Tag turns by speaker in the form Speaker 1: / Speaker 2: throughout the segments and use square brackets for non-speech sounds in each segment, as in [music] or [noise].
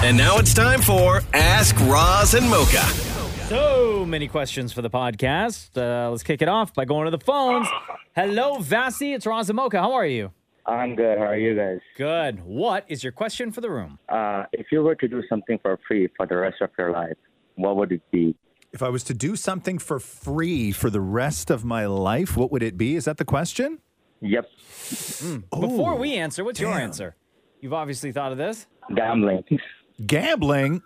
Speaker 1: And now it's time for Ask Roz and Mocha.
Speaker 2: So many questions for the podcast. Uh, let's kick it off by going to the phones. Hello, Vasi. It's Razamoka. How are you?
Speaker 3: I'm good. How are you guys?
Speaker 2: Good. What is your question for the room?
Speaker 3: Uh, if you were to do something for free for the rest of your life, what would it be?
Speaker 4: If I was to do something for free for the rest of my life, what would it be? Is that the question?
Speaker 3: Yep,
Speaker 2: Before we answer, what's your answer? You've obviously thought of this.
Speaker 3: gambling. [laughs]
Speaker 4: Gambling?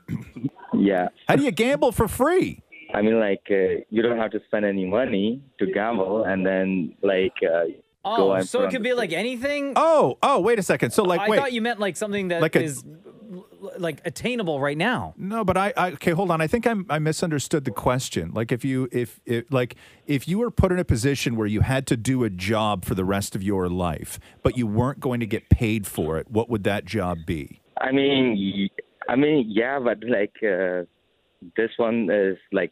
Speaker 3: yeah,
Speaker 4: How do you gamble for free?
Speaker 3: I mean, like uh, you don't have to spend any money to gamble, and then like uh, go
Speaker 2: Oh,
Speaker 3: and
Speaker 2: so
Speaker 3: put
Speaker 2: it
Speaker 3: on
Speaker 2: could
Speaker 3: the-
Speaker 2: be like anything.
Speaker 4: Oh, oh, wait a second. So, like,
Speaker 2: I
Speaker 4: wait.
Speaker 2: thought you meant like something that is
Speaker 4: Like a-
Speaker 2: l- l- like attainable right now.
Speaker 4: No, but I, I okay. Hold on. I think I'm, I misunderstood the question. Like if you if, if like if you were put in a position where you had to do a job for the rest of your life, but you weren't going to get paid for it, what would that job be?
Speaker 3: I mean, y- I mean, yeah, but like uh, this one is like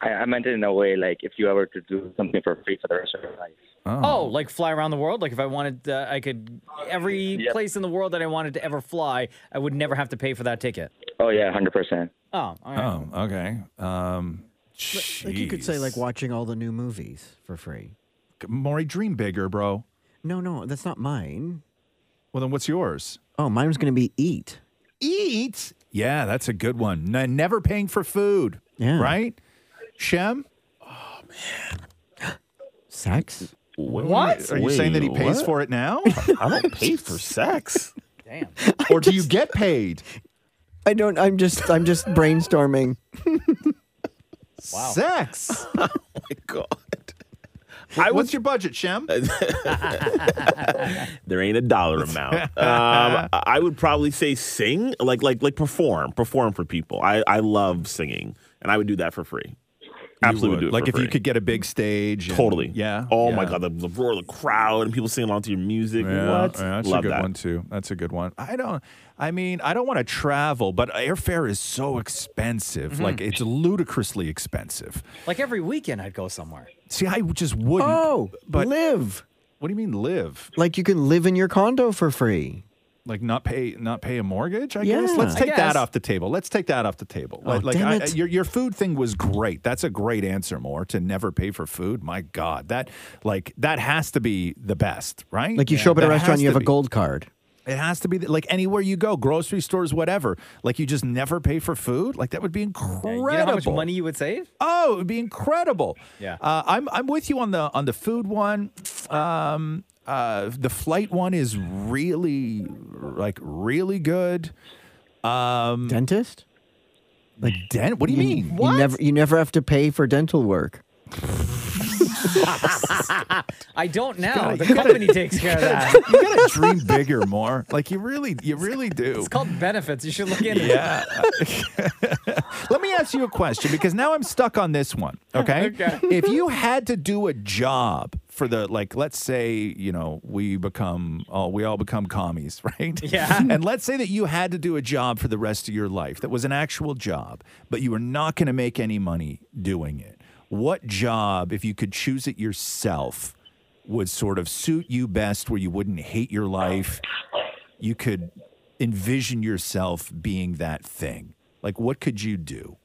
Speaker 3: I, I meant it in a way like if you were to do something for free for the rest of your life.
Speaker 2: Oh, like fly around the world. Like if I wanted, uh, I could every
Speaker 3: Yep.
Speaker 2: place in the world that I wanted to ever fly, I would never have to pay for that ticket.
Speaker 3: Oh yeah, hundred percent.
Speaker 2: Oh, all right.
Speaker 4: Oh, okay. Um,
Speaker 5: Like you could say, like watching all the new movies for free.
Speaker 4: Maury, dream bigger, bro.
Speaker 5: No, no, that's not mine.
Speaker 4: Well, then what's yours?
Speaker 5: Oh, mine was going to be eat.
Speaker 4: Eat. Yeah, that's a good one. N- never paying for food.
Speaker 5: Yeah.
Speaker 4: Right. Shem.
Speaker 5: Sex?
Speaker 2: What?
Speaker 4: Are you saying that he
Speaker 6: Wait,
Speaker 4: pays
Speaker 6: what?
Speaker 4: for it now, [laughs]
Speaker 6: I don't pay for sex.
Speaker 2: Damn.
Speaker 4: or do you get paid?
Speaker 5: I don't. I'm just. I'm just brainstorming.
Speaker 2: Wow.
Speaker 4: Sex.
Speaker 6: My God.
Speaker 4: [laughs] I What's your budget, Shem?
Speaker 6: There ain't a dollar amount.
Speaker 4: [laughs]
Speaker 6: um, I- I would probably say sing, like like like perform, perform for people. I, I love singing, and I would do that for free. Absolutely, would. do it
Speaker 4: like
Speaker 6: for
Speaker 4: if you
Speaker 6: free.
Speaker 4: could get a big stage. and-
Speaker 6: Totally.
Speaker 4: yeah.
Speaker 6: Oh
Speaker 4: yeah.
Speaker 6: my God, the, the roar of the crowd and people singing along to your music.
Speaker 4: Yeah,
Speaker 6: what?
Speaker 4: yeah, that's
Speaker 6: Love
Speaker 4: a good
Speaker 6: that.
Speaker 4: one too. That's a good one. I don't. I mean, I don't want to travel, but airfare is so expensive. Like it's ludicrously expensive.
Speaker 2: Like every weekend, I'd go somewhere.
Speaker 4: See, I just wouldn't.
Speaker 5: [laughs] Oh,
Speaker 4: but
Speaker 5: live.
Speaker 4: what do you mean live?
Speaker 5: Like you can live in your condo for free.
Speaker 4: Like not pay, not pay a mortgage? I guess.
Speaker 5: Yeah.
Speaker 4: Let's
Speaker 5: I Oh,
Speaker 4: take
Speaker 2: guess.
Speaker 4: that off the table. Let's take that off the table. like, like
Speaker 5: damn
Speaker 4: I,
Speaker 5: it.
Speaker 4: your your food thing was great. That's a great answer, more to never pay for food. My God, that like that has to be the best, right?
Speaker 5: Like you show up at a
Speaker 4: That
Speaker 5: restaurant,
Speaker 4: has
Speaker 5: you
Speaker 4: to
Speaker 5: have a
Speaker 4: be.
Speaker 5: gold card.
Speaker 4: It has to be th- like anywhere you go, grocery stores, whatever. Like you just never pay for food. Like that would be
Speaker 2: Yeah,
Speaker 4: incredible.
Speaker 2: You know how much money you would
Speaker 4: [laughs]
Speaker 2: save?
Speaker 4: Oh, it would be incredible.
Speaker 2: Yeah.
Speaker 4: Uh, I'm I'm with you on the on the food one. Um, uh, the flight one is really like really good.
Speaker 5: Dentist?
Speaker 4: Den- what do you mean?
Speaker 5: You never. You never have to pay for dental work.
Speaker 2: I don't now.
Speaker 4: gotta-
Speaker 2: the
Speaker 4: you [laughs] gotta-
Speaker 2: company takes care of
Speaker 4: [laughs]
Speaker 2: that.
Speaker 4: You gotta dream bigger, more. Like you really, you really do.
Speaker 2: It's called benefits. You should look [laughs] into it.
Speaker 4: Yeah. [laughs] Let me ask you a question because now I'm stuck on
Speaker 2: [laughs]
Speaker 4: this one. Okay.
Speaker 2: Okay.
Speaker 4: If you had to do a job for the like, let's say you know we become all we all become commies, [laughs] right?
Speaker 2: Yeah.
Speaker 4: And let's say that you had to do a job for the rest of your life that was an actual job, but you were not going to make any money doing it. What job, if you could choose it yourself, would sort of suit you best, where you wouldn't hate your life, you could envision yourself being that thing? Like, what could you do?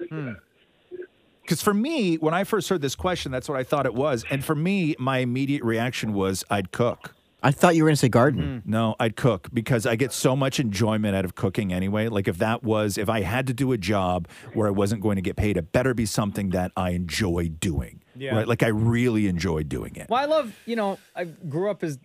Speaker 4: Because Hmm. for me, when I first heard this question, that's what I thought it was. And for me, my immediate reaction was I'd cook.
Speaker 5: I thought you were going to say garden.
Speaker 4: No, I'd cook because I get so much enjoyment out of cooking anyway. Like, if that was, if I had to do a job where I wasn't going to get paid, it better be something that I enjoy doing.
Speaker 2: Yeah.
Speaker 4: Right? Like, I really enjoy doing it.
Speaker 2: Well, I love, you know, I grew up as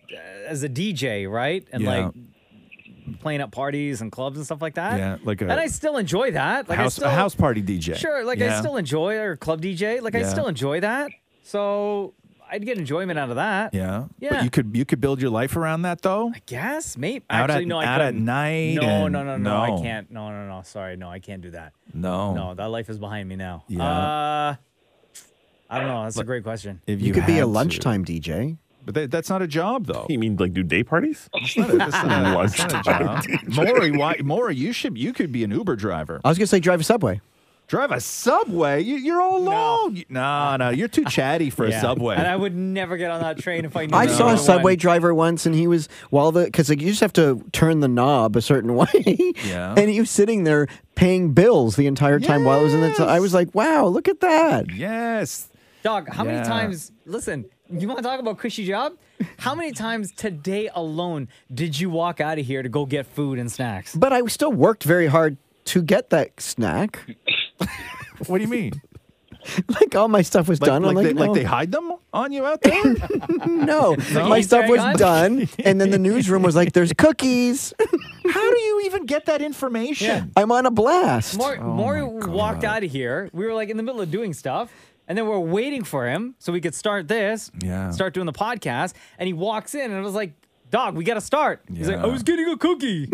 Speaker 2: as a DJ, right? And
Speaker 4: Yeah.
Speaker 2: like playing at parties and clubs and stuff like that.
Speaker 4: Yeah, like a-
Speaker 2: and I still enjoy that. Like I
Speaker 4: house,
Speaker 2: still
Speaker 4: a house party DJ.
Speaker 2: Sure, like I
Speaker 4: Yeah.
Speaker 2: still enjoy or club DJ. Like I
Speaker 4: Yeah.
Speaker 2: still enjoy that. So I'd get enjoyment out of that.
Speaker 4: Yeah.
Speaker 2: Yeah.
Speaker 4: But you could you could build your life around that though.
Speaker 2: Guess maybe.
Speaker 4: Out at-
Speaker 2: Actually, no, I
Speaker 4: out at
Speaker 2: couldn't.
Speaker 4: night
Speaker 2: No,
Speaker 4: and-
Speaker 2: no, no, no, I
Speaker 4: no.
Speaker 2: can't. No, no, no. Sorry, no, I can't do that.
Speaker 4: No.
Speaker 2: No, that life is behind me now.
Speaker 4: Oh. Yeah.
Speaker 2: Uh, I don't know. That's a great question.
Speaker 4: If
Speaker 5: You, could be
Speaker 4: had
Speaker 5: a
Speaker 4: to.
Speaker 5: lunchtime DJ.
Speaker 4: But that, that's not a job though.
Speaker 5: [laughs]
Speaker 6: You mean like do day parties?
Speaker 4: That's not a, that's not a, that's not a
Speaker 6: Lunchtime
Speaker 4: job. Maury, why Maury, you should you could be an Uber driver.
Speaker 5: I was going to say drive a subway.
Speaker 4: Drive a subway? You, you're all alone. You- No, no, you're too chatty for a
Speaker 2: Yeah.
Speaker 4: subway.
Speaker 2: And I would never get on that train if I knew.
Speaker 5: I
Speaker 2: there
Speaker 5: saw
Speaker 2: was
Speaker 5: a
Speaker 2: one.
Speaker 5: subway driver once, and he was while the because like, you just have to turn the knob a certain [laughs] way,
Speaker 4: Yeah.
Speaker 5: and he was sitting there paying bills the entire time while I was in the. T- I
Speaker 4: Yes.
Speaker 5: was like, wow, look at that.
Speaker 4: yes.
Speaker 2: Dog, how
Speaker 4: Yeah.
Speaker 2: many times? Listen, you want to talk about cushy job? How many times today alone did you walk out of here to go get food and snacks?
Speaker 5: But I still worked very hard to get that snack. [laughs]
Speaker 4: What do you mean?
Speaker 5: Like all my stuff was
Speaker 4: Like,
Speaker 5: done.
Speaker 4: like,
Speaker 5: I'm like,
Speaker 4: they,
Speaker 5: no,
Speaker 4: like they hide them on you
Speaker 2: [laughs]
Speaker 4: out there?
Speaker 5: no. my
Speaker 2: Cookies
Speaker 5: stuff
Speaker 2: going
Speaker 5: was
Speaker 2: on?
Speaker 5: done,
Speaker 4: [laughs]
Speaker 5: and then the newsroom was like, "There's cookies." [laughs]
Speaker 4: How do you even get that information?
Speaker 5: I'm on a blast.
Speaker 4: Oh
Speaker 2: Maury, Maury walked out of here. We were like in the middle of doing stuff, and then we're waiting for him so we could start this,
Speaker 4: Yeah.
Speaker 2: start doing the podcast. And he walks in, and I was like, Dog, we got to start. He's like,
Speaker 4: Yeah.
Speaker 2: I was getting a cookie.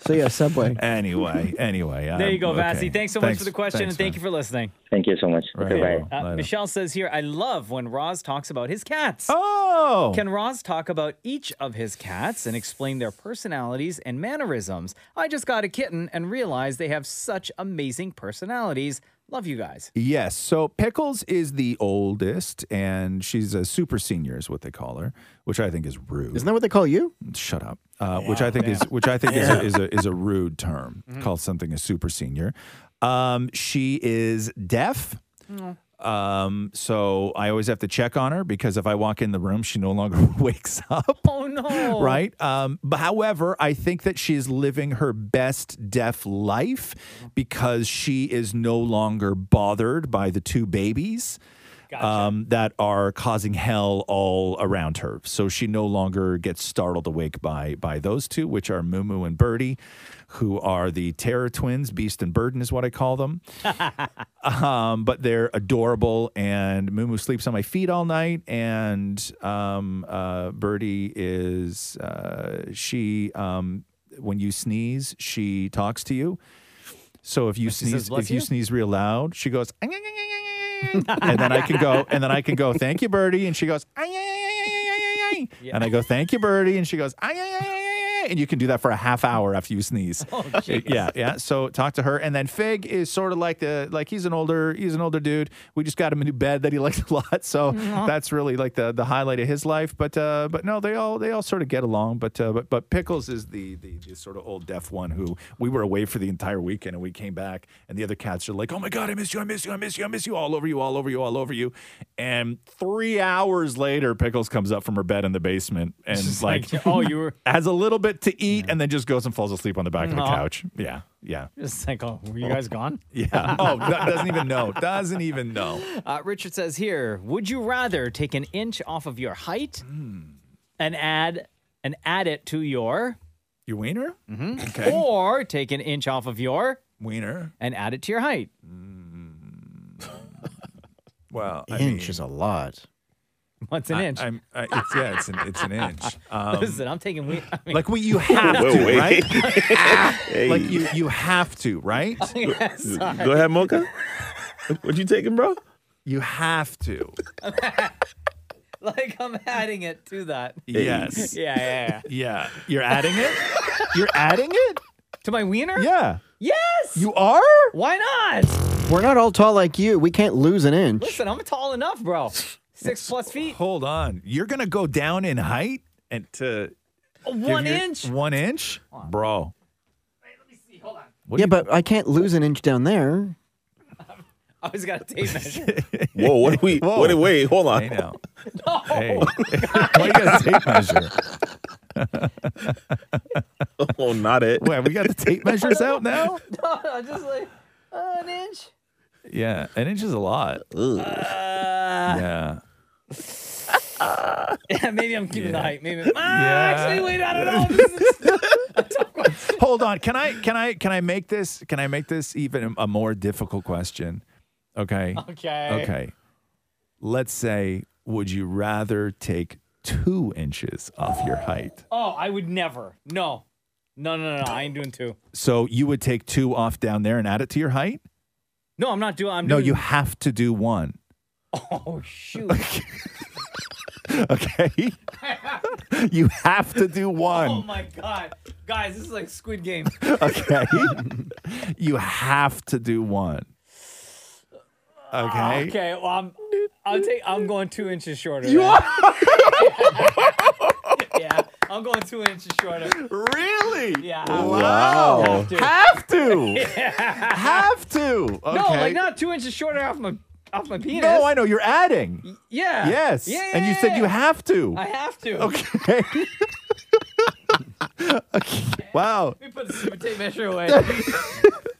Speaker 5: So yeah, Subway.
Speaker 4: Anyway, anyway.
Speaker 2: there you go,
Speaker 4: Vassy.
Speaker 2: Vassy. Thanks so much for the question, and thank you for listening.
Speaker 3: Thank you so much.
Speaker 4: Right.
Speaker 3: Okay, bye.
Speaker 2: Uh, Michelle says here, I love when Roz talks about his cats.
Speaker 4: Oh.
Speaker 2: Can Roz talk about each of his cats and explain their personalities and mannerisms? I just got a kitten and realized they have such amazing personalities. Love you guys. [laughs]
Speaker 4: Yes. So Pickles is the oldest, and she's a super senior, is what they call her, which I think is rude.
Speaker 5: Isn't that what they call you?
Speaker 4: Shut up. Uh, which I think is which I think is, a, is a is a rude term.
Speaker 5: Mm-hmm.
Speaker 4: Called something a super senior. Um, she is deaf. Um, so I always have to check on her because if I walk in the room, she no longer [laughs] wakes up
Speaker 2: Oh no.
Speaker 4: right? Um, but however, I think that she is living her best deaf life because she is no longer bothered by the two babies. Um, that are causing hell all around her. So she no longer gets startled awake by by those two, which are Moo Moo and Birdie, who are the terror twins. Beast and Burden is what I call them. Um, but they're adorable, and Moo Moo sleeps on my feet all night, and um, uh, Birdie is uh, she. Um, when you sneeze, she talks to you. So if you
Speaker 2: says,
Speaker 4: sneeze,
Speaker 2: "Bless
Speaker 4: if you
Speaker 2: you?"
Speaker 4: sneeze real loud, she goes, "Ah, yeah, yeah, yeah, yeah, yeah, yeah." and then I can go, and then I can go, thank you, Birdie, and she goes, "Ah, yeah, yeah, yeah, yeah, yeah, yeah, yeah." and I go, thank you, Birdie, and she goes, "Ah, yeah, yeah, yeah, yeah, yeah," and you can do that for a half hour after you sneeze. yeah, yeah. So talk to her, and then Fig is sort of like the like he's an older he's an older dude. We just got him a new bed that he likes a lot, so that's really like the the highlight of his life. But uh, but no, they all they all sort of get along. But uh, but but Pickles is the, the the sort of old deaf one who we were away for the entire weekend, and we came back, and the other cats are like, oh my god, I miss you, I miss you, I miss you, I miss you, all over you, all over you, all over you. And three hours later, Pickles comes up from her bed in the basement and [laughs] like,
Speaker 2: Like, [laughs] oh, you
Speaker 4: [laughs]
Speaker 2: were
Speaker 4: has a little bit to eat and then just goes and falls asleep on the back of the
Speaker 2: Aw.
Speaker 4: couch. Yeah. Yeah.
Speaker 2: just like, oh, were you guys gone?
Speaker 4: [laughs] Yeah. oh, do- doesn't even know. Doesn't even know.
Speaker 2: Uh, Richard says here, would you rather take an inch off of your height
Speaker 4: Hmm.
Speaker 2: and add and add it to your,
Speaker 4: Your wiener? Mm-hmm. Okay.
Speaker 2: or take an inch off of your
Speaker 4: Wiener.
Speaker 2: and add it to your height? [laughs]
Speaker 4: Well, I
Speaker 5: Inch
Speaker 4: mean,
Speaker 5: is a lot.
Speaker 2: What's an
Speaker 4: I-
Speaker 2: [laughs] inch?
Speaker 4: I'm, I, it's, yeah, it's an, it's
Speaker 2: [laughs]
Speaker 4: an inch. Um,
Speaker 2: Listen, I'm taking. We- I mean,
Speaker 4: like
Speaker 2: [laughs]
Speaker 4: we, you have
Speaker 6: Whoa,
Speaker 4: to,
Speaker 6: wait. [laughs]
Speaker 4: right? Ah,
Speaker 6: Hey,
Speaker 4: Like you, you have to, right?
Speaker 2: [laughs] yes.
Speaker 6: go ahead, Mocha. what you
Speaker 4: [laughs]
Speaker 6: taking, bro?
Speaker 4: You have to.
Speaker 2: like I'm adding it to that. [laughs]
Speaker 4: Yes.
Speaker 2: Yeah, yeah, yeah.
Speaker 4: Yeah. You're adding it. You're adding it.
Speaker 2: To my wiener?
Speaker 4: Yeah.
Speaker 2: Yes.
Speaker 4: You are.
Speaker 2: Why not?
Speaker 5: We're not all tall like you. We can't lose an inch.
Speaker 2: Listen, I'm tall enough, bro. Six plus feet,
Speaker 4: Hold on. You're gonna go down in height and to give
Speaker 2: one
Speaker 4: your-
Speaker 2: inch.
Speaker 4: One inch, bro.
Speaker 5: yeah, but I can't lose an inch down there.
Speaker 2: I always got a tape measure.
Speaker 6: Whoa, what are we?
Speaker 4: Whoa.
Speaker 6: What? Wait, hold on.
Speaker 4: Hey now. Hey. Why you got a tape measure?
Speaker 6: [laughs] Oh, not it.
Speaker 4: Wait, we got the tape measures out now?
Speaker 2: [laughs] no, no, just like uh, an inch.
Speaker 4: Yeah, an inch is a lot.
Speaker 2: Uh, [laughs]
Speaker 4: Yeah.
Speaker 2: yeah, maybe I'm keeping the height. Maybe. Ah,
Speaker 4: Yeah.
Speaker 2: Actually, wait, I [laughs] don't know. This is-
Speaker 4: Hold on. Can I can I can I make this can I make this even a more difficult question? Okay.
Speaker 2: okay.
Speaker 4: Okay. Let's say would you rather take 2 inches off your height?
Speaker 2: Oh, I would never. No. No, no, no, no. I ain't doing two.
Speaker 4: So you would take 2 off down there and add it to your height?
Speaker 2: No, I'm not doing. I'm
Speaker 4: No,
Speaker 2: doing.
Speaker 4: you have to do [laughs] 1. [laughs]
Speaker 2: Oh shoot.
Speaker 4: Okay. [laughs] You have to do one.
Speaker 2: Oh my god, guys, this is like Squid Game.
Speaker 4: Oh Okay. you have to do one. Okay.
Speaker 2: Okay, well, I'm, I'll take. I'm going two inches shorter. You are? [laughs] yeah, I'm going two inches shorter.
Speaker 4: Really?
Speaker 2: Yeah.
Speaker 4: Wow.
Speaker 2: Have to. [laughs]
Speaker 4: Have to. Have to. Okay.
Speaker 2: No, like not two inches shorter off my off my penis.
Speaker 4: No, I know you're adding.
Speaker 2: Yeah.
Speaker 4: Yes.
Speaker 2: Yeah.
Speaker 4: and you said you have to.
Speaker 2: I have to. Okay.
Speaker 4: Okay. Wow.
Speaker 2: Let me put the super tape measure away.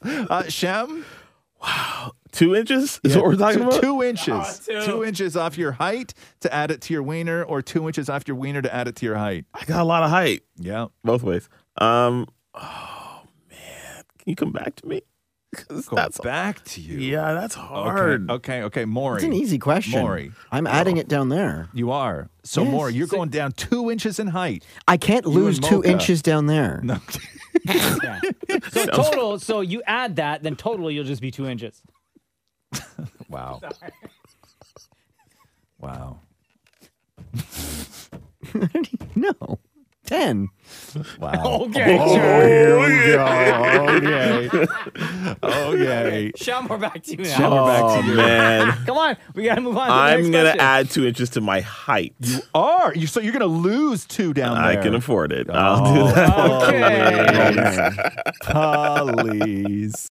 Speaker 4: Uh, Shem,
Speaker 6: Two inches is what we're talking
Speaker 4: two,
Speaker 6: about.
Speaker 4: two inches.
Speaker 2: Oh, two.
Speaker 4: Two inches off your height to add it to your wiener, or two inches off your wiener to add it to your height.
Speaker 6: I got a lot of height
Speaker 4: Yeah.
Speaker 6: both ways. Um, oh man, can you come back to me? 'Cause
Speaker 4: Go
Speaker 6: that's
Speaker 4: back to you.
Speaker 6: yeah, that's hard.
Speaker 4: Okay. Okay. Okay.
Speaker 5: It's an
Speaker 4: Maury,
Speaker 5: easy question.
Speaker 4: Maury.
Speaker 5: I'm adding it down there.
Speaker 4: you are. So,
Speaker 5: Yes.
Speaker 4: Maury, you're going down two inches in height. [laughs]
Speaker 5: I can't lose
Speaker 4: and
Speaker 5: two
Speaker 4: Mocha.
Speaker 5: inches down there.
Speaker 2: So total. So you add that, then total, you'll just be two inches.
Speaker 4: Wow. Wow.
Speaker 5: No. Ten.
Speaker 4: Wow.
Speaker 2: Okay.
Speaker 5: Oh,
Speaker 2: sure.
Speaker 4: Here [laughs] we go. Okay. Okay.
Speaker 2: Sean, we're back to you now.
Speaker 4: Now we're back
Speaker 6: Oh
Speaker 4: to you. [laughs]
Speaker 6: man,
Speaker 2: Come on, we gotta move on. To the next
Speaker 6: I'm gonna
Speaker 2: question.
Speaker 6: add two inches to my height.
Speaker 4: Are you so you're gonna lose two down
Speaker 6: I
Speaker 4: there? Oh,
Speaker 6: can afford it. I'll do that.
Speaker 2: Okay.
Speaker 4: Please.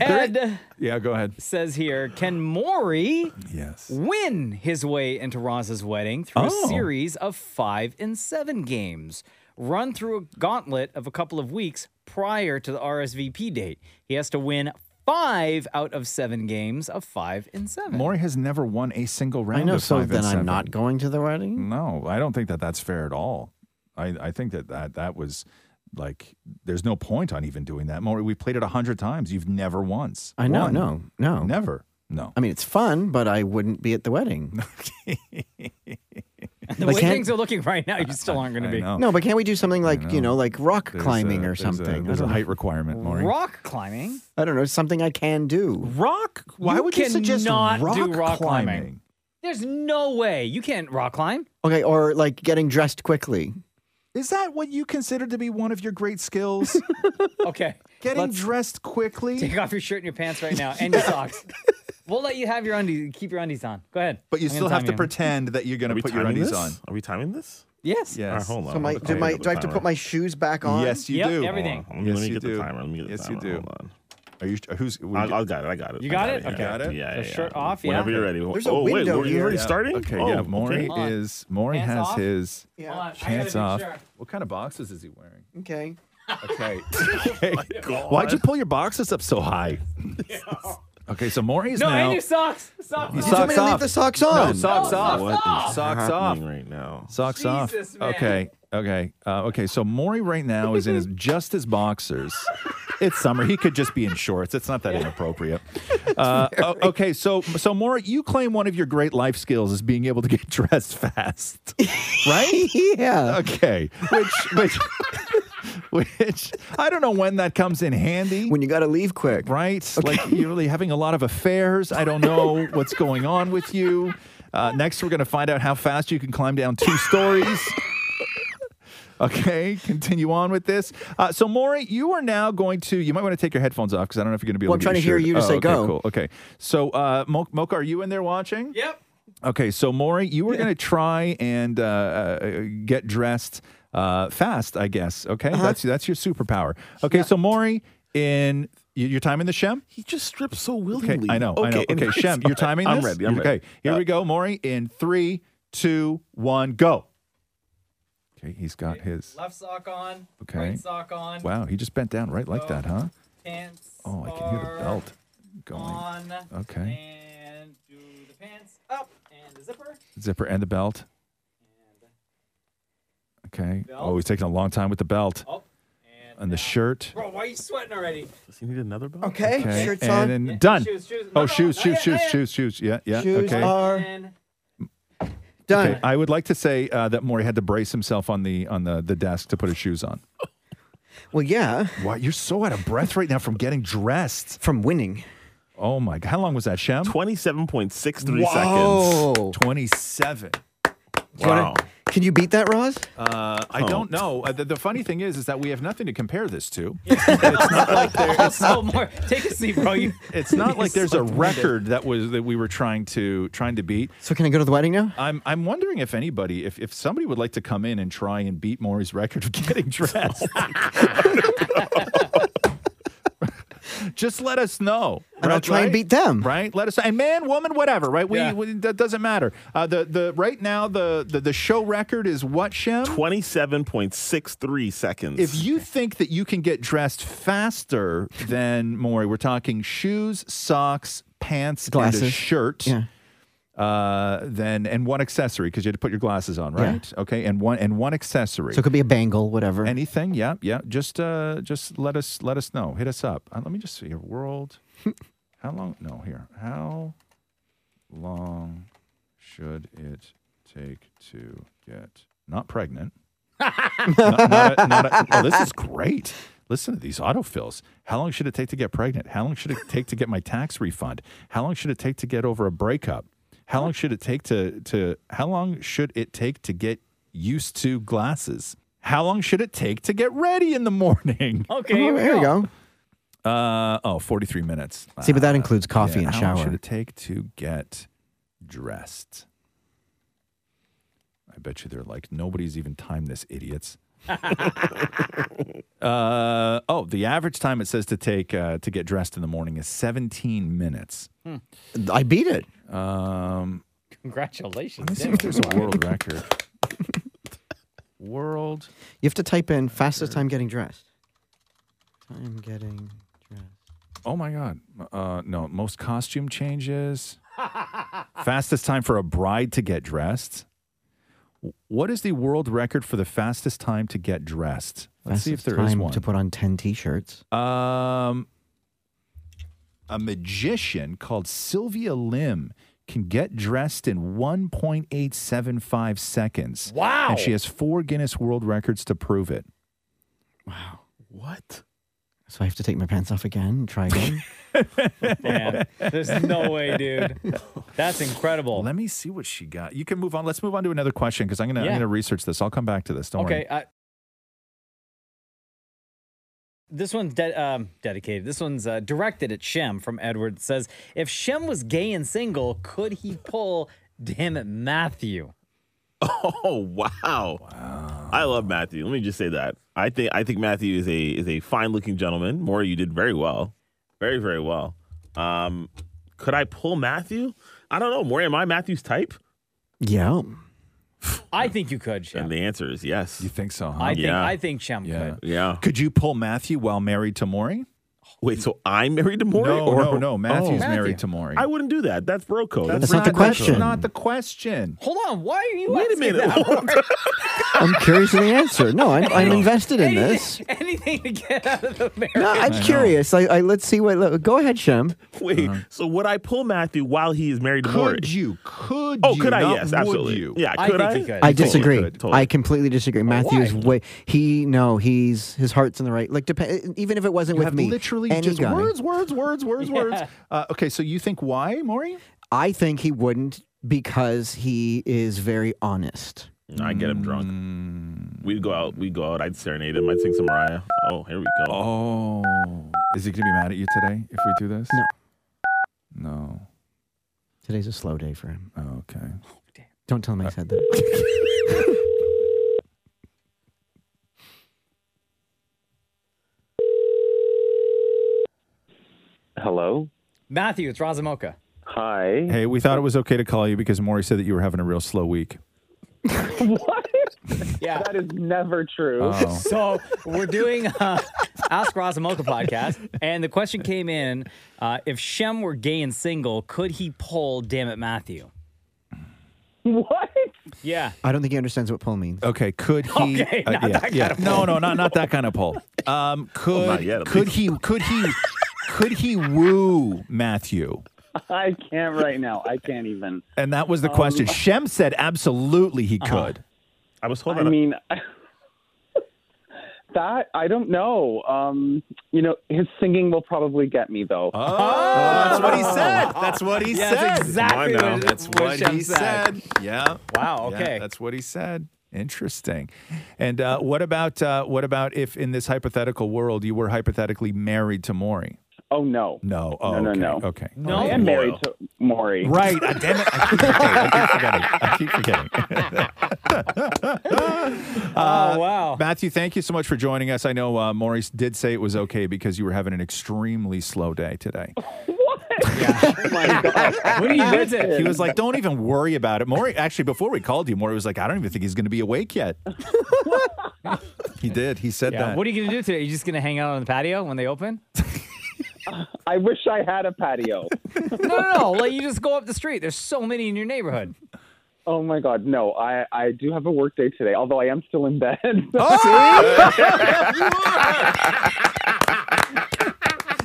Speaker 2: Ed
Speaker 4: Yeah, go ahead.
Speaker 2: says here, can Maury
Speaker 4: Yes.
Speaker 2: win his way into Roz's wedding through
Speaker 4: Oh.
Speaker 2: a series of five and seven games. Run through a gauntlet of a couple of weeks prior to the RSVP date. He has to win five out of seven games of five and seven.
Speaker 4: Maury has never won a single round.
Speaker 5: I know.
Speaker 4: Of
Speaker 5: So
Speaker 4: five and
Speaker 5: then I'm
Speaker 4: seven. Mm.
Speaker 5: not going to the wedding.
Speaker 4: No, I don't think that that's fair at all. I, I think that, that that was like there's no point on even doing that. Maury, we played it a hundred times. You've never once.
Speaker 5: I know.
Speaker 4: won.
Speaker 5: No. No.
Speaker 4: never. No.
Speaker 5: I mean, it's fun, but I wouldn't be at the wedding.
Speaker 2: the
Speaker 5: Like,
Speaker 2: way
Speaker 5: can't-
Speaker 2: things are looking right now, you still aren't going to
Speaker 4: I
Speaker 2: be.
Speaker 4: know.
Speaker 5: No, but can't we do something like you know, like rock
Speaker 4: There's
Speaker 5: climbing
Speaker 4: a-
Speaker 5: or
Speaker 4: there's a-
Speaker 5: something?
Speaker 4: There's a height requirement, Maury.
Speaker 2: Rock climbing?
Speaker 5: I don't know, something I can do.
Speaker 4: Rock? Why
Speaker 2: You
Speaker 4: would you suggest rock,
Speaker 2: cannot do rock climbing.
Speaker 4: climbing?
Speaker 2: There's no way you can't rock climb.
Speaker 5: Okay, or like getting dressed quickly.
Speaker 4: Is that what you consider to be one of your
Speaker 2: [laughs]
Speaker 4: great skills?
Speaker 2: Okay.
Speaker 4: [laughs] Getting
Speaker 2: Let's
Speaker 4: dressed quickly,
Speaker 2: take off your shirt and your pants right now and your
Speaker 4: [laughs]
Speaker 2: socks. We'll let you have your undies. Keep your undies on. Go ahead.
Speaker 4: but you
Speaker 2: I'm gonna
Speaker 4: still have
Speaker 2: time
Speaker 4: to
Speaker 2: you.
Speaker 4: pretend that you're going to put your
Speaker 6: timing
Speaker 4: undies
Speaker 6: this?
Speaker 4: on.
Speaker 6: Are we timing this?
Speaker 2: Yes.
Speaker 6: All right,
Speaker 4: Yes.
Speaker 6: hold on.
Speaker 5: So my,
Speaker 6: Let me
Speaker 5: do, my,
Speaker 6: get the
Speaker 5: do I have to
Speaker 6: timer.
Speaker 5: put my shoes back on?
Speaker 4: Yes, you
Speaker 2: Yep,
Speaker 4: do.
Speaker 2: everything.
Speaker 6: Hold on. Let me,
Speaker 4: Yes,
Speaker 6: let me
Speaker 4: you
Speaker 6: get
Speaker 4: do.
Speaker 6: the timer. Let me get the
Speaker 4: Yes, you
Speaker 6: timer.
Speaker 4: do.
Speaker 6: Hold on.
Speaker 4: Are you? Who's? we-
Speaker 6: I, I got it. I got it.
Speaker 2: You
Speaker 6: I
Speaker 2: got it?
Speaker 6: Yeah.
Speaker 2: Okay.
Speaker 4: Got it?
Speaker 6: Yeah,
Speaker 2: The
Speaker 6: yeah,
Speaker 2: shirt
Speaker 6: yeah.
Speaker 2: off, yeah.
Speaker 6: Whenever you're ready.
Speaker 5: There's a
Speaker 6: oh, wait.
Speaker 5: window
Speaker 6: Were you
Speaker 5: here.
Speaker 6: already
Speaker 4: Yeah.
Speaker 6: starting?
Speaker 4: Okay,
Speaker 6: oh,
Speaker 4: yeah. Maury
Speaker 2: Hold on.
Speaker 4: is. Maury
Speaker 2: Hands
Speaker 4: has
Speaker 2: off.
Speaker 4: his
Speaker 2: Hold on, I gotta
Speaker 4: pants
Speaker 2: make
Speaker 4: off.
Speaker 2: sure.
Speaker 4: What kind of boxes is he wearing?
Speaker 5: Okay.
Speaker 4: [laughs] Okay. [laughs] Oh Why'd you pull your boxes up
Speaker 2: [laughs]
Speaker 4: so high? [laughs] Okay, so Maury's
Speaker 2: No,
Speaker 4: now.
Speaker 2: and your socks. Socks.
Speaker 4: You
Speaker 2: off.
Speaker 5: You told
Speaker 4: Socks
Speaker 5: me to
Speaker 4: off.
Speaker 5: leave the socks
Speaker 4: No,
Speaker 5: on.
Speaker 4: socks
Speaker 2: No,
Speaker 4: off.
Speaker 2: socks off.
Speaker 4: Socks off.
Speaker 6: happening right now?
Speaker 4: Oh, Socks off.
Speaker 2: Jesus, man.
Speaker 4: Okay. Okay. Uh, okay. So Maury right now is in
Speaker 2: [laughs]
Speaker 4: his, just his boxers. It's summer. He could just be in shorts. It's not that
Speaker 2: [laughs]
Speaker 4: inappropriate. Uh, o- okay. So so Maury, you claim one of your great life skills is being able to get [laughs] dressed fast,
Speaker 2: [laughs]
Speaker 4: right?
Speaker 5: yeah.
Speaker 4: Okay. Which which [laughs] which I don't know when that comes in handy.
Speaker 5: When you got to leave quick.
Speaker 4: Right? Like you're really having a lot of affairs. I don't know what's going on with you. Uh, next, we're going to find out how fast you can climb down two stories. Okay, continue on with this. Uh, so, Maury, you are now going to. You might want to take your headphones off because I don't know if you're going to be able
Speaker 5: Well,
Speaker 4: to.
Speaker 5: I'm
Speaker 4: get
Speaker 5: trying
Speaker 4: your
Speaker 5: to hear you to
Speaker 4: shirt-
Speaker 5: say
Speaker 4: oh, okay,
Speaker 5: go.
Speaker 4: Cool. Okay. So, uh, Mo- Mocha, are you in there watching?
Speaker 2: Yep.
Speaker 4: Okay, so Maury, you were going to try and uh, uh, get dressed uh, fast, I guess. Okay,
Speaker 5: Uh-huh.
Speaker 4: that's that's your superpower. Okay, so Maury, in y- your time in the Shem.
Speaker 6: He just strips so
Speaker 4: Okay,
Speaker 6: willingly.
Speaker 4: I know, I know. Okay, Shem,
Speaker 6: you're
Speaker 4: your timing.
Speaker 6: I'm
Speaker 4: this?
Speaker 6: ready. I'm
Speaker 4: okay,
Speaker 6: ready.
Speaker 4: here
Speaker 6: Yeah.
Speaker 4: we go, Maury. In three, two, one, go. Okay, he's got his.
Speaker 2: Left sock on.
Speaker 4: Okay.
Speaker 2: Right sock on.
Speaker 4: Wow, he just bent down right like that, huh?
Speaker 2: Pants.
Speaker 4: Oh, I can hear
Speaker 2: are
Speaker 4: the belt going.
Speaker 2: On.
Speaker 4: Okay,
Speaker 2: And do the pants up and the zipper.
Speaker 4: zipper and the belt. Okay.
Speaker 2: Belt.
Speaker 4: Oh, he's taking a long time with the belt
Speaker 2: Up and.
Speaker 4: and the
Speaker 2: down.
Speaker 4: shirt.
Speaker 2: Bro, why are you sweating already?
Speaker 6: Does he need another belt?
Speaker 5: Okay.
Speaker 4: Okay.
Speaker 5: Shirts
Speaker 4: and
Speaker 5: on.
Speaker 4: then
Speaker 2: Yeah,
Speaker 4: done.
Speaker 2: shoes, shoes. No,
Speaker 4: Oh,
Speaker 2: no,
Speaker 4: shoes,
Speaker 2: not
Speaker 4: shoes,
Speaker 2: yet,
Speaker 4: shoes,
Speaker 2: not yet.
Speaker 4: shoes, shoes. Yeah, yeah.
Speaker 5: Shoes
Speaker 4: okay.
Speaker 5: are
Speaker 2: And [laughs]
Speaker 5: done.
Speaker 4: okay. I would like to say uh, that Maury had to brace himself on the on the, the desk to put his shoes on.
Speaker 5: Well, yeah.
Speaker 4: Wow, you're so out of breath right now from getting dressed.
Speaker 5: From winning.
Speaker 4: Oh my! How long was that, Shem? Oh.
Speaker 6: 27.63 seconds.
Speaker 5: Whoa.
Speaker 4: 27.
Speaker 5: Do you wanna-
Speaker 6: Wow.
Speaker 5: can you beat that, Roz?
Speaker 4: Uh, I don't know. Uh, the, the funny thing is, is that we have nothing to compare this
Speaker 5: [laughs]
Speaker 4: to. it's not like there, it's
Speaker 2: So more. Take a seat, bro. You,
Speaker 4: it's [laughs] not like there's a record that was that we were trying to trying to beat.
Speaker 5: so can I go to the wedding now?
Speaker 4: I'm I'm wondering if anybody, if if somebody would like to come in and try and beat Maury's record of [laughs] getting dressed. [laughs] Just let us know.
Speaker 5: And I'll try and beat them.
Speaker 4: Right? Let us and man, woman, whatever, right? We,
Speaker 2: Yeah.
Speaker 4: we- that doesn't matter. Uh, the the right now the, the the show record is what, Shem?
Speaker 6: 27.63 seconds.
Speaker 4: If you think that you can get dressed faster than Maury, we're talking shoes, socks, pants, and a
Speaker 5: Glasses.
Speaker 4: shirt.
Speaker 5: Yeah.
Speaker 4: Uh, then and one accessory because you had to put your glasses on, right? Okay, and one and one accessory.
Speaker 5: So it could be a bangle, whatever.
Speaker 4: Anything? Yeah, yeah. Just uh, just let us let us know. Hit us up. Uh, let me just see here.
Speaker 5: [laughs]
Speaker 4: World. how long? No, here. How long should it take to get not pregnant? not, not a- not a- oh, this is great. Listen to these autofills. How long should it take to get pregnant? How long should it take to get my tax refund? How long should it take to get over a breakup? How long should it take to to how long should it take to get used to glasses? How long should it take to get ready in the morning?
Speaker 2: okay.
Speaker 5: Oh,
Speaker 2: here we
Speaker 5: there you
Speaker 2: go.
Speaker 5: go.
Speaker 4: Uh oh, 43 minutes.
Speaker 5: See, but
Speaker 4: Uh,
Speaker 5: that includes coffee
Speaker 4: yeah,
Speaker 5: and
Speaker 4: how
Speaker 5: shower.
Speaker 4: long should it take to get dressed? I bet you they're like, nobody's even timed this, idiots. [laughs] uh, oh, the average time it says to take uh, to get dressed in the morning is 17 minutes.
Speaker 5: I beat it.
Speaker 4: Um,
Speaker 2: Congratulations.
Speaker 4: let me see
Speaker 2: Damn.
Speaker 4: if there's a world record. World.
Speaker 5: You have to type in fastest time getting dressed. Time getting dressed.
Speaker 4: Oh my God. Uh, no, most costume changes. [laughs] fastest time for a bride to get dressed. W- What is the world record for the fastest time to get dressed? Let's see if
Speaker 5: Fastest
Speaker 4: there is
Speaker 5: time
Speaker 4: one.
Speaker 5: to put on ten t-shirts.
Speaker 4: um, a magician called Sylvia Lim can get dressed in 1.875 seconds.
Speaker 2: Wow.
Speaker 4: And she has four Guinness World Records to prove it.
Speaker 6: what? [laughs]
Speaker 5: So I have to take my pants off again and try again. [laughs]
Speaker 2: Man, there's
Speaker 6: [laughs]
Speaker 2: no way, dude. That's incredible.
Speaker 4: Let me see what she got. You can move on. Let's move on to another question because I'm gonna I'm
Speaker 2: Yeah.
Speaker 4: gonna research this. I'll come back to this. Don't worry.
Speaker 2: okay. I, this one's de- um, dedicated. This one's uh, directed at Shem from Edward. It says, if Shem was gay and single, could he pull, damn it, Matthew?
Speaker 6: Oh wow. I love Matthew. Let me just say that. I think I think Matthew is a is a fine looking gentleman. Maury, you did very well. Very, very well. Um could I pull Matthew? I don't know. Maury, am I Matthew's type?
Speaker 5: yeah.
Speaker 2: I think you could, Shem.
Speaker 6: And the answer is yes.
Speaker 4: You think so, huh?
Speaker 2: I think
Speaker 6: Yeah.
Speaker 2: I think Shem
Speaker 4: Yeah.
Speaker 2: could.
Speaker 6: yeah.
Speaker 4: Could you pull Matthew while married to Maury?
Speaker 6: Wait, so I'm married to Maury?
Speaker 4: no,
Speaker 6: or Oh,
Speaker 4: no, no. Matthew's
Speaker 2: Matthew.
Speaker 4: married to Maury.
Speaker 6: I wouldn't do that. That's bro code.
Speaker 5: That's not the question.
Speaker 4: That's not the question.
Speaker 2: Hold on, why are you
Speaker 6: Wait a
Speaker 2: asking
Speaker 6: minute. [laughs] Oh,
Speaker 2: that?
Speaker 5: I'm curious in the answer.
Speaker 4: [laughs]
Speaker 5: No, I'm, I'm invested in this.
Speaker 2: [laughs] Anything to get out of the marriage?
Speaker 5: No, I'm curious. I, I let's see what. let- go ahead, Shem.
Speaker 6: [laughs] Wait.
Speaker 5: uh-huh.
Speaker 6: So would I pull Matthew while he is married to Maury?
Speaker 4: Could you? Could
Speaker 6: Oh,
Speaker 4: you?
Speaker 6: could I?
Speaker 4: not
Speaker 6: Yes,
Speaker 4: would
Speaker 6: absolutely.
Speaker 4: you?
Speaker 6: Yeah,
Speaker 2: I think
Speaker 6: could I?
Speaker 2: he could.
Speaker 5: I
Speaker 2: Totally
Speaker 5: disagree.
Speaker 6: could, totally.
Speaker 5: I completely disagree. Matthew's
Speaker 2: why?
Speaker 5: way. He no. He's his heart's in the right. Like depend. Even if it wasn't
Speaker 4: You
Speaker 5: with
Speaker 4: have
Speaker 5: me,
Speaker 4: literally
Speaker 5: any
Speaker 4: just
Speaker 5: guy,
Speaker 4: words, words, words, [laughs] words, words. Uh, okay, so you think why, Maury?
Speaker 5: I think he wouldn't because he is very honest.
Speaker 6: I get him drunk.
Speaker 4: Mm.
Speaker 6: We'd go out. We'd go out. I'd serenade him. I'd sing some Mariah. Oh, here we go.
Speaker 4: Oh, is he gonna be mad at you today if we do this?
Speaker 5: No.
Speaker 4: No.
Speaker 5: Today's a slow day for him.
Speaker 4: Oh, okay.
Speaker 5: Don't tell him I said that.
Speaker 3: Hello.
Speaker 2: Matthew, it's Razamoka.
Speaker 3: Hi.
Speaker 4: Hey, we thought it was okay to call you because Maury said that you were having a real slow week.
Speaker 2: Yeah.
Speaker 3: That is never true.
Speaker 4: Oh.
Speaker 2: So we're doing uh, Ask Razamoka podcast, and the question came in: uh, If Shem were gay and single, could he pull? Damn it, Matthew.
Speaker 3: What?
Speaker 2: Yeah.
Speaker 5: I don't think he understands what pull means. [laughs]
Speaker 4: Okay, could
Speaker 2: [laughs]
Speaker 4: he? uh,
Speaker 2: Okay, not that kind of
Speaker 4: No, no, not not that kind
Speaker 2: [laughs]
Speaker 4: of poll.
Speaker 7: Oh
Speaker 4: Um, could
Speaker 6: not yet, at
Speaker 4: could he could he could he woo Matthew?
Speaker 7: I can't right now. I can't even.
Speaker 4: And that was the
Speaker 2: Oh.
Speaker 4: question. Shem
Speaker 2: Uh-huh.
Speaker 4: said absolutely he could.
Speaker 6: I was
Speaker 7: I
Speaker 6: holding.
Speaker 7: mean, [laughs] that, I don't know. Um, you know, his singing will probably get me though.
Speaker 4: Oh, that's what he said. That's what he
Speaker 2: Yeah,
Speaker 4: said.
Speaker 2: that's exactly
Speaker 6: Come on now.
Speaker 2: what,
Speaker 4: That's what
Speaker 2: Shem
Speaker 4: he said. Yeah.
Speaker 2: Wow,
Speaker 4: Yeah,
Speaker 2: okay.
Speaker 4: that's what he said. Interesting. And uh, what about uh, what about if in this hypothetical world you were hypothetically married to Maury?
Speaker 7: Oh no.
Speaker 4: No. Oh,
Speaker 7: No, no,
Speaker 4: okay. Okay.
Speaker 7: no.
Speaker 2: No.
Speaker 7: I am married to Maury.
Speaker 4: Right. Ah, [laughs] damn it. I keep forgetting. I keep forgetting. I keep [laughs] forgetting. Uh,
Speaker 2: oh, wow.
Speaker 4: Matthew, thank you so much for joining us. I know uh, Maurice did say it was okay because you were having an extremely slow day today.
Speaker 7: Oh my god.
Speaker 2: When he did
Speaker 4: [laughs] He
Speaker 2: it,
Speaker 4: was like, "Don't even worry about it." Maury, actually, before we called you, Maury was like, "I don't even think he's going to be awake [laughs] yet." he did. He said
Speaker 2: yeah.
Speaker 4: that.
Speaker 2: what are you going to do today? you just going to hang out on the patio when they
Speaker 4: [laughs]
Speaker 2: open?
Speaker 7: I wish I had a patio.
Speaker 2: No, no, no. Like, you just go up the street. There's so many in your neighborhood.
Speaker 7: Oh my god, no. I I do have a work day today, although I am still in bed. [laughs]
Speaker 4: [laughs]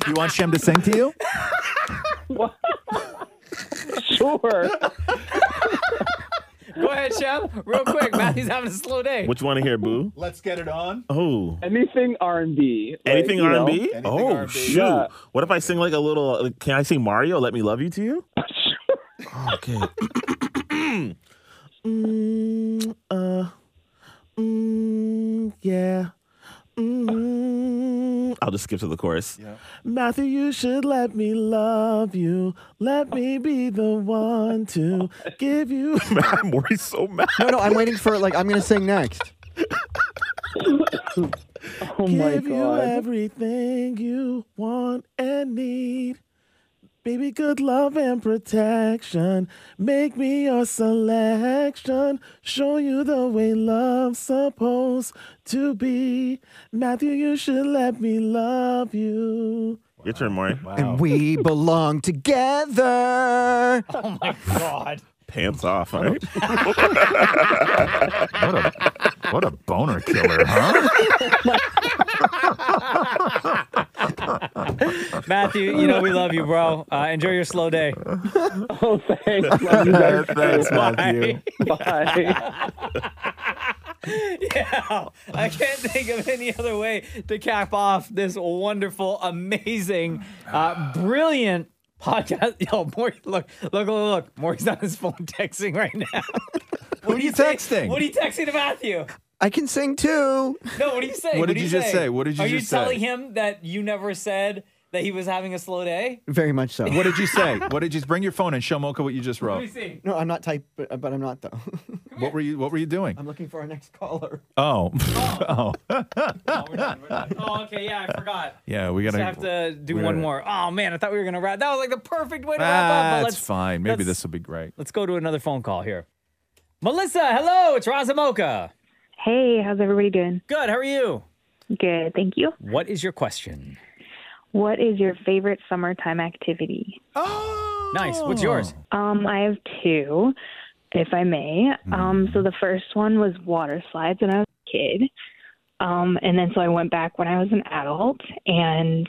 Speaker 4: you want Shem to sing to you?
Speaker 7: sure.
Speaker 2: Go ahead, Shem. Real quick. Matthew's having a slow day.
Speaker 6: What you want to hear, Boo?
Speaker 4: Let's get it on.
Speaker 6: Oh,
Speaker 7: Anything R&B. like,
Speaker 6: anything
Speaker 7: you know.
Speaker 6: R&B?
Speaker 4: Anything
Speaker 6: Oh,
Speaker 4: R&B.
Speaker 6: shoot.
Speaker 7: Yeah.
Speaker 6: What if I sing like a little? Like, can I sing Mario? Let me love you to you. Oh, Okay. mm, uh, mm, yeah. Mm, I'll just skip to the chorus. Matthew, you should let me love you. Let me be the one to give you. I'm worried so [laughs] mad.
Speaker 5: No, no, I'm waiting for like I'm gonna sing [laughs] next.
Speaker 7: Oh my
Speaker 6: give you
Speaker 7: god.
Speaker 6: everything you want and need. Baby, good love and protection. Make me your selection. Show you the way love's supposed to be. Matthew, you should let me love you. Your turn, Maury.
Speaker 5: And we belong together.
Speaker 2: Oh, my God.
Speaker 6: Pants off, all right?
Speaker 4: What a what a boner killer, huh?
Speaker 2: Matthew, you know we love you, bro. Uh, enjoy your slow day.
Speaker 7: Oh, [laughs] thanks. Love you guys.
Speaker 4: Thanks, Matthew.
Speaker 7: Bye.
Speaker 2: Yeah, I can't think of any other way to cap off this wonderful, amazing, uh, brilliant podcast. [laughs] Yo, Maury, look, look, look, look. Maury's on his phone texting right now. [laughs]
Speaker 4: Who are you texting?
Speaker 2: What are you texting to Matthew?
Speaker 5: I can sing too.
Speaker 2: No, what do you say?
Speaker 4: What did
Speaker 2: do
Speaker 4: you just say? What did you
Speaker 2: Are
Speaker 4: just
Speaker 2: you telling
Speaker 4: say?
Speaker 2: him that you never said that he was having a slow day?
Speaker 5: Very much so.
Speaker 4: What did you [laughs] say? What did you bring your phone and show Mocha what you just
Speaker 2: Let me
Speaker 4: wrote?
Speaker 2: see.
Speaker 5: No, I'm not type, but, but I'm not though. [laughs]
Speaker 4: What were you What were you doing?
Speaker 5: I'm looking for our next caller.
Speaker 4: Oh, [laughs] oh,
Speaker 2: Oh, we're done, we're done. [laughs] oh, okay, yeah, I forgot.
Speaker 4: yeah. We
Speaker 2: Just
Speaker 4: gotta
Speaker 2: have to do
Speaker 4: we're
Speaker 2: one
Speaker 4: gonna-
Speaker 2: more. Oh man, I thought we were gonna wrap. That was like the perfect way to wrap up. But
Speaker 4: That's
Speaker 2: let's
Speaker 4: Ah, fine. Maybe
Speaker 2: let's-
Speaker 4: this will be great.
Speaker 2: Let's go to another phone call here. Melissa, hello, it's Razamoka.
Speaker 8: Hey, how's everybody doing?
Speaker 2: Good, how are you?
Speaker 8: Good, thank you.
Speaker 2: What is your question?
Speaker 8: What is your favorite summertime activity?
Speaker 4: Oh,
Speaker 2: Nice. What's [laughs] yours?
Speaker 8: Um, I have two, if I may. Um, so the first one was water slides when I was a kid. Um, and then so I went back when I was an adult and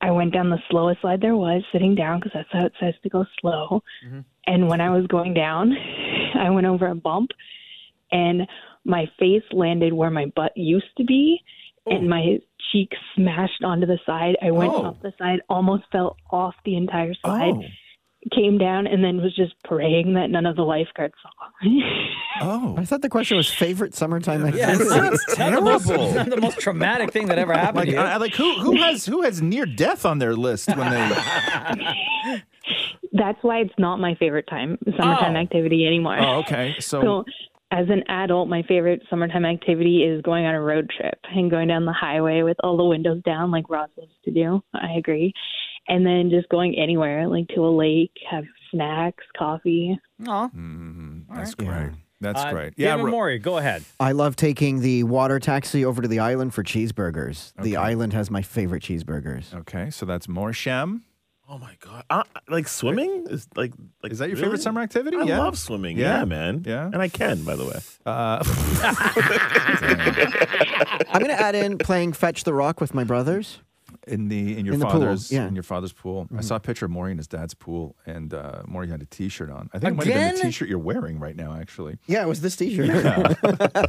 Speaker 8: I went down the slowest slide there was, sitting down because that's how it says to go slow.
Speaker 4: Mm-hmm.
Speaker 8: And when I was going down, [laughs] I went over a bump and my face landed where my butt used to be and my cheek smashed onto the side. I went
Speaker 4: Oh.
Speaker 8: up the side, almost fell off the entire slide
Speaker 4: Oh,
Speaker 8: came down and then was just praying that none of the lifeguards saw. [laughs]
Speaker 5: I
Speaker 4: oh.
Speaker 5: thought the question was favorite summertime activity. [laughs]
Speaker 2: it's not the most, it's not the most traumatic thing that ever happened
Speaker 4: Like,
Speaker 2: to you.
Speaker 4: I, I- like who who has who has near death on their list when they?
Speaker 8: That's why it's not my favorite time summertime
Speaker 2: Oh.
Speaker 8: activity anymore.
Speaker 4: [laughs] oh, okay. So
Speaker 8: So as an adult, my favorite summertime activity is going on a road trip and going down the highway with all the windows down like Ross loves to do. I agree. And then just going anywhere, like to a lake, have snacks, coffee.
Speaker 2: Aw.
Speaker 4: that's great. uh, That's
Speaker 2: Uh,
Speaker 4: great.
Speaker 2: Yeah,
Speaker 4: Yeah.
Speaker 2: David
Speaker 4: Ro-
Speaker 2: Mori, go ahead.
Speaker 5: I love taking the water taxi over to the island for cheeseburgers. The island has my favorite [laughs] cheeseburgers.
Speaker 4: okay. So that's more Shem.
Speaker 6: Oh my god! Uh, like swimming is like like
Speaker 4: Is that your
Speaker 6: really?
Speaker 4: favorite summer activity?
Speaker 6: I
Speaker 4: yeah.
Speaker 6: love swimming.
Speaker 4: Yeah.
Speaker 6: Yeah. man.
Speaker 4: Yeah.
Speaker 6: and I can, by the way.
Speaker 5: I'm gonna add in playing fetch the rock with my brothers.
Speaker 4: in the in your
Speaker 5: In the pool,
Speaker 4: father's
Speaker 5: yeah. Mm-hmm.
Speaker 4: in your father's pool. I saw a picture of Maury in his dad's pool, and uh, Maury had a T-shirt on. I think it might have been the
Speaker 2: Again?
Speaker 4: T-shirt you're wearing right now, actually.
Speaker 5: Yeah, it was this T-shirt. [laughs]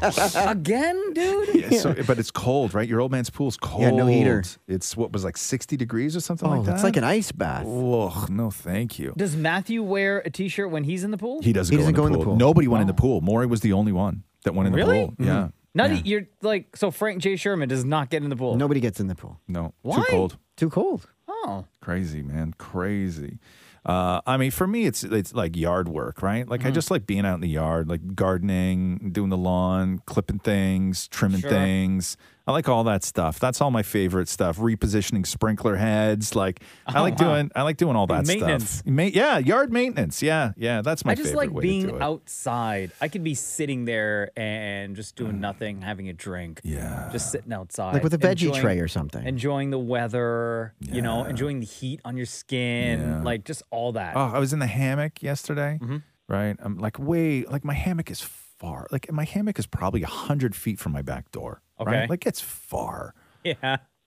Speaker 5: Oh,
Speaker 2: Again, dude?
Speaker 4: Yeah. So, but it's cold, right? Your old man's pool's cold.
Speaker 5: Yeah, no heater.
Speaker 4: It's what was like 60 degrees or something
Speaker 5: oh,
Speaker 4: like that.
Speaker 5: it's like an ice bath.
Speaker 4: Oh no, thank you.
Speaker 2: Does Matthew wear a t shirt when he's in the pool?
Speaker 4: He doesn't,
Speaker 5: He
Speaker 4: go, in
Speaker 5: doesn't
Speaker 4: the
Speaker 5: go in the
Speaker 4: pool.
Speaker 5: pool.
Speaker 4: Nobody went in the pool. Maury was the only one that went in the
Speaker 2: Really?
Speaker 4: pool. Yeah.
Speaker 2: Not e- you're like so Frank J. Sherman does not get in the pool.
Speaker 5: Nobody gets in the pool.
Speaker 4: No.
Speaker 2: Why?
Speaker 4: Too cold.
Speaker 5: Too cold.
Speaker 2: Oh.
Speaker 4: Crazy, man. Crazy. Uh, I mean, for me, it's it's like yard work, right? Like I
Speaker 2: Mm-hmm.
Speaker 4: just like being out in the yard, like gardening, doing the lawn, clipping things, trimming
Speaker 2: Sure.
Speaker 4: things. I like all that stuff. That's all my favorite stuff. Repositioning sprinkler heads. Like I like doing. I like doing all that
Speaker 2: Oh, Maintenance.
Speaker 4: stuff. Ma- yeah, yard maintenance. Yeah, yeah. That's my.
Speaker 2: I just
Speaker 4: favorite
Speaker 2: like
Speaker 4: way to do
Speaker 2: being
Speaker 4: it.
Speaker 2: outside. I could be sitting there and just doing nothing, having a drink.
Speaker 4: Uh. Yeah.
Speaker 2: Just sitting outside.
Speaker 5: Like with a veggie
Speaker 2: enjoying-
Speaker 5: tray or something.
Speaker 2: Enjoying the weather, you know, enjoying the heat on your skin, like just all that.
Speaker 4: Oh, I was in the hammock yesterday, right? I'm like way, like my hammock is far. Like my hammock is probably 100 feet from my back door,
Speaker 2: Okay.
Speaker 4: right? Like it's far.
Speaker 2: [laughs] Yeah.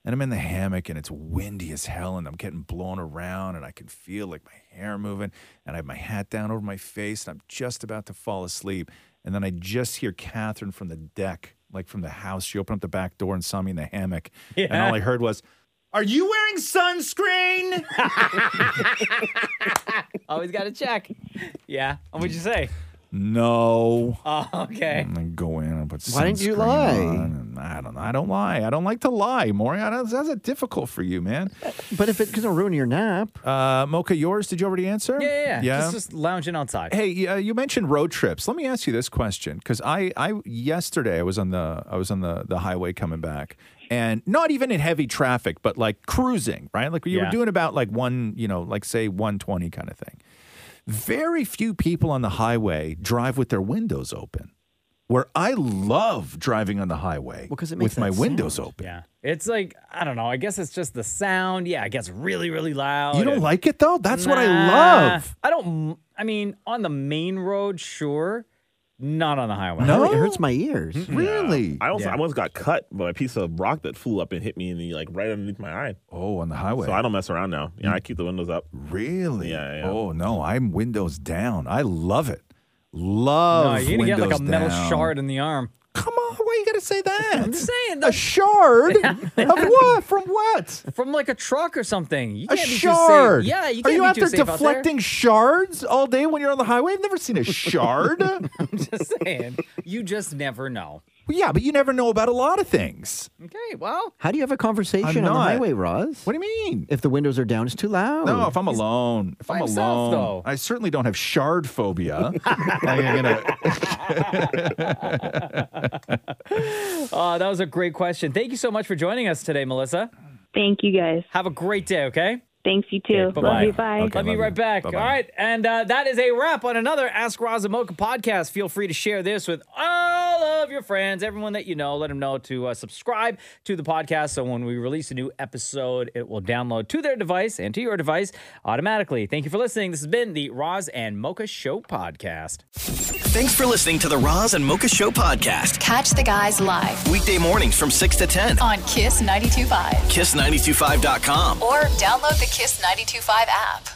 Speaker 4: And I'm in the hammock and it's windy as hell and I'm getting blown around and I can feel like my hair moving and I have my hat down over my face and I'm just about to fall asleep. And then I just hear Catherine from the deck, like from the house. She opened up the back door and saw me in the hammock. And all I heard was, Are you wearing sunscreen?
Speaker 2: Always got to check. [laughs] Yeah. And what'd you say? [laughs]
Speaker 4: no.
Speaker 2: Oh, okay.
Speaker 4: And then go in and put.
Speaker 5: Why didn't you
Speaker 4: sunscreen
Speaker 5: lie?
Speaker 4: on, and I don't. I don't lie. I don't like to lie, Maury. I don't, that's difficult for you, man.
Speaker 5: But if it doesn't ruin your nap,
Speaker 4: Uh, Mocha, yours? Did you already answer?
Speaker 2: Yeah, yeah, yeah. Just, just lounging outside.
Speaker 4: Hey, uh, you mentioned road trips. Let me ask you this question because I, I yesterday I was on the I was on the the highway coming back, and not even in heavy traffic, but like cruising, right? Like you
Speaker 2: Yeah.
Speaker 4: were doing about like one, you know, like say one twenty kind of thing. Very few people on the highway drive with their windows open. Where I love driving on the highway
Speaker 5: Well, 'cause it makes
Speaker 4: with my
Speaker 5: that
Speaker 4: windows
Speaker 5: sound.
Speaker 4: open.
Speaker 2: Yeah. It's like, I don't know. I guess it's just the sound. Yeah, it gets really, really loud.
Speaker 5: Oh,
Speaker 4: You don't
Speaker 2: It- [laughs]
Speaker 4: like it though? That's what I
Speaker 2: Nah.
Speaker 4: love.
Speaker 2: I don't, m- I mean, on the main road, sure. Not on the highway.
Speaker 4: No?
Speaker 5: Oh, it hurts my ears.
Speaker 4: Really?
Speaker 6: I almost,
Speaker 2: Yeah.
Speaker 6: I almost got cut by a piece of rock that flew up and hit me in the like right underneath my eye.
Speaker 4: Oh, on the highway.
Speaker 6: So I don't mess around now. Yeah, I keep the windows up.
Speaker 4: Really?
Speaker 6: Yeah, yeah.
Speaker 4: Oh no, I'm windows down. I love it. Love.
Speaker 2: No, Uh, you're going to get like a
Speaker 4: windows
Speaker 2: metal
Speaker 4: down.
Speaker 2: shard in the arm.
Speaker 4: Come on, why you gotta say that?
Speaker 2: I'm just saying,
Speaker 4: a
Speaker 2: that's [laughs]
Speaker 4: shard of what? From what?
Speaker 2: from like a truck or something. You
Speaker 4: A
Speaker 2: can't be
Speaker 4: shard.
Speaker 2: too safe. Yeah, you
Speaker 4: Are
Speaker 2: can't
Speaker 4: you
Speaker 2: be
Speaker 4: out
Speaker 2: too
Speaker 4: there
Speaker 2: safe
Speaker 4: deflecting shards all day when you're on the highway? I've never seen
Speaker 2: [laughs]
Speaker 4: a shard. Well,
Speaker 2: out there. Just saying. You just never know.
Speaker 4: yeah, but you never know about a lot of things.
Speaker 2: Okay, well,
Speaker 5: How do you have a conversation
Speaker 4: I'm
Speaker 5: on the
Speaker 4: not.
Speaker 5: highway, Roz?
Speaker 4: What do you mean?
Speaker 5: If the windows are down, it's too loud.
Speaker 4: No, if I'm alone, if
Speaker 2: by
Speaker 4: I'm
Speaker 2: himself,
Speaker 4: alone,
Speaker 2: though.
Speaker 4: I certainly don't have shard
Speaker 2: [laughs]
Speaker 4: phobia. I'm gonna-
Speaker 2: uh, that was a great question. Thank you so much for joining us today, Melissa.
Speaker 8: Thank you guys.
Speaker 2: Have a great day, okay?
Speaker 8: Thanks, you too.
Speaker 2: Okay, bye-bye.
Speaker 8: Love you. Bye.
Speaker 4: Okay.
Speaker 2: Love, you
Speaker 4: love
Speaker 2: right
Speaker 4: you.
Speaker 2: back.
Speaker 4: Bye-bye.
Speaker 2: All right. And uh, that is a wrap on another Ask Roz and Mocha podcast. Feel free to share this with all of your friends, everyone that you know. Let them know to uh, subscribe to the podcast. So when we release a new episode, it will download to their device and to your device automatically. Thank you for listening. This has been the Roz and Mocha Show podcast.
Speaker 1: Thanks for listening to the Roz and Mocha Show podcast.
Speaker 9: Catch the guys live
Speaker 1: Weekday mornings from 6 to 10.
Speaker 9: on Kiss 92.5
Speaker 1: Kiss925.com.
Speaker 9: or download the Kiss 92.5 app.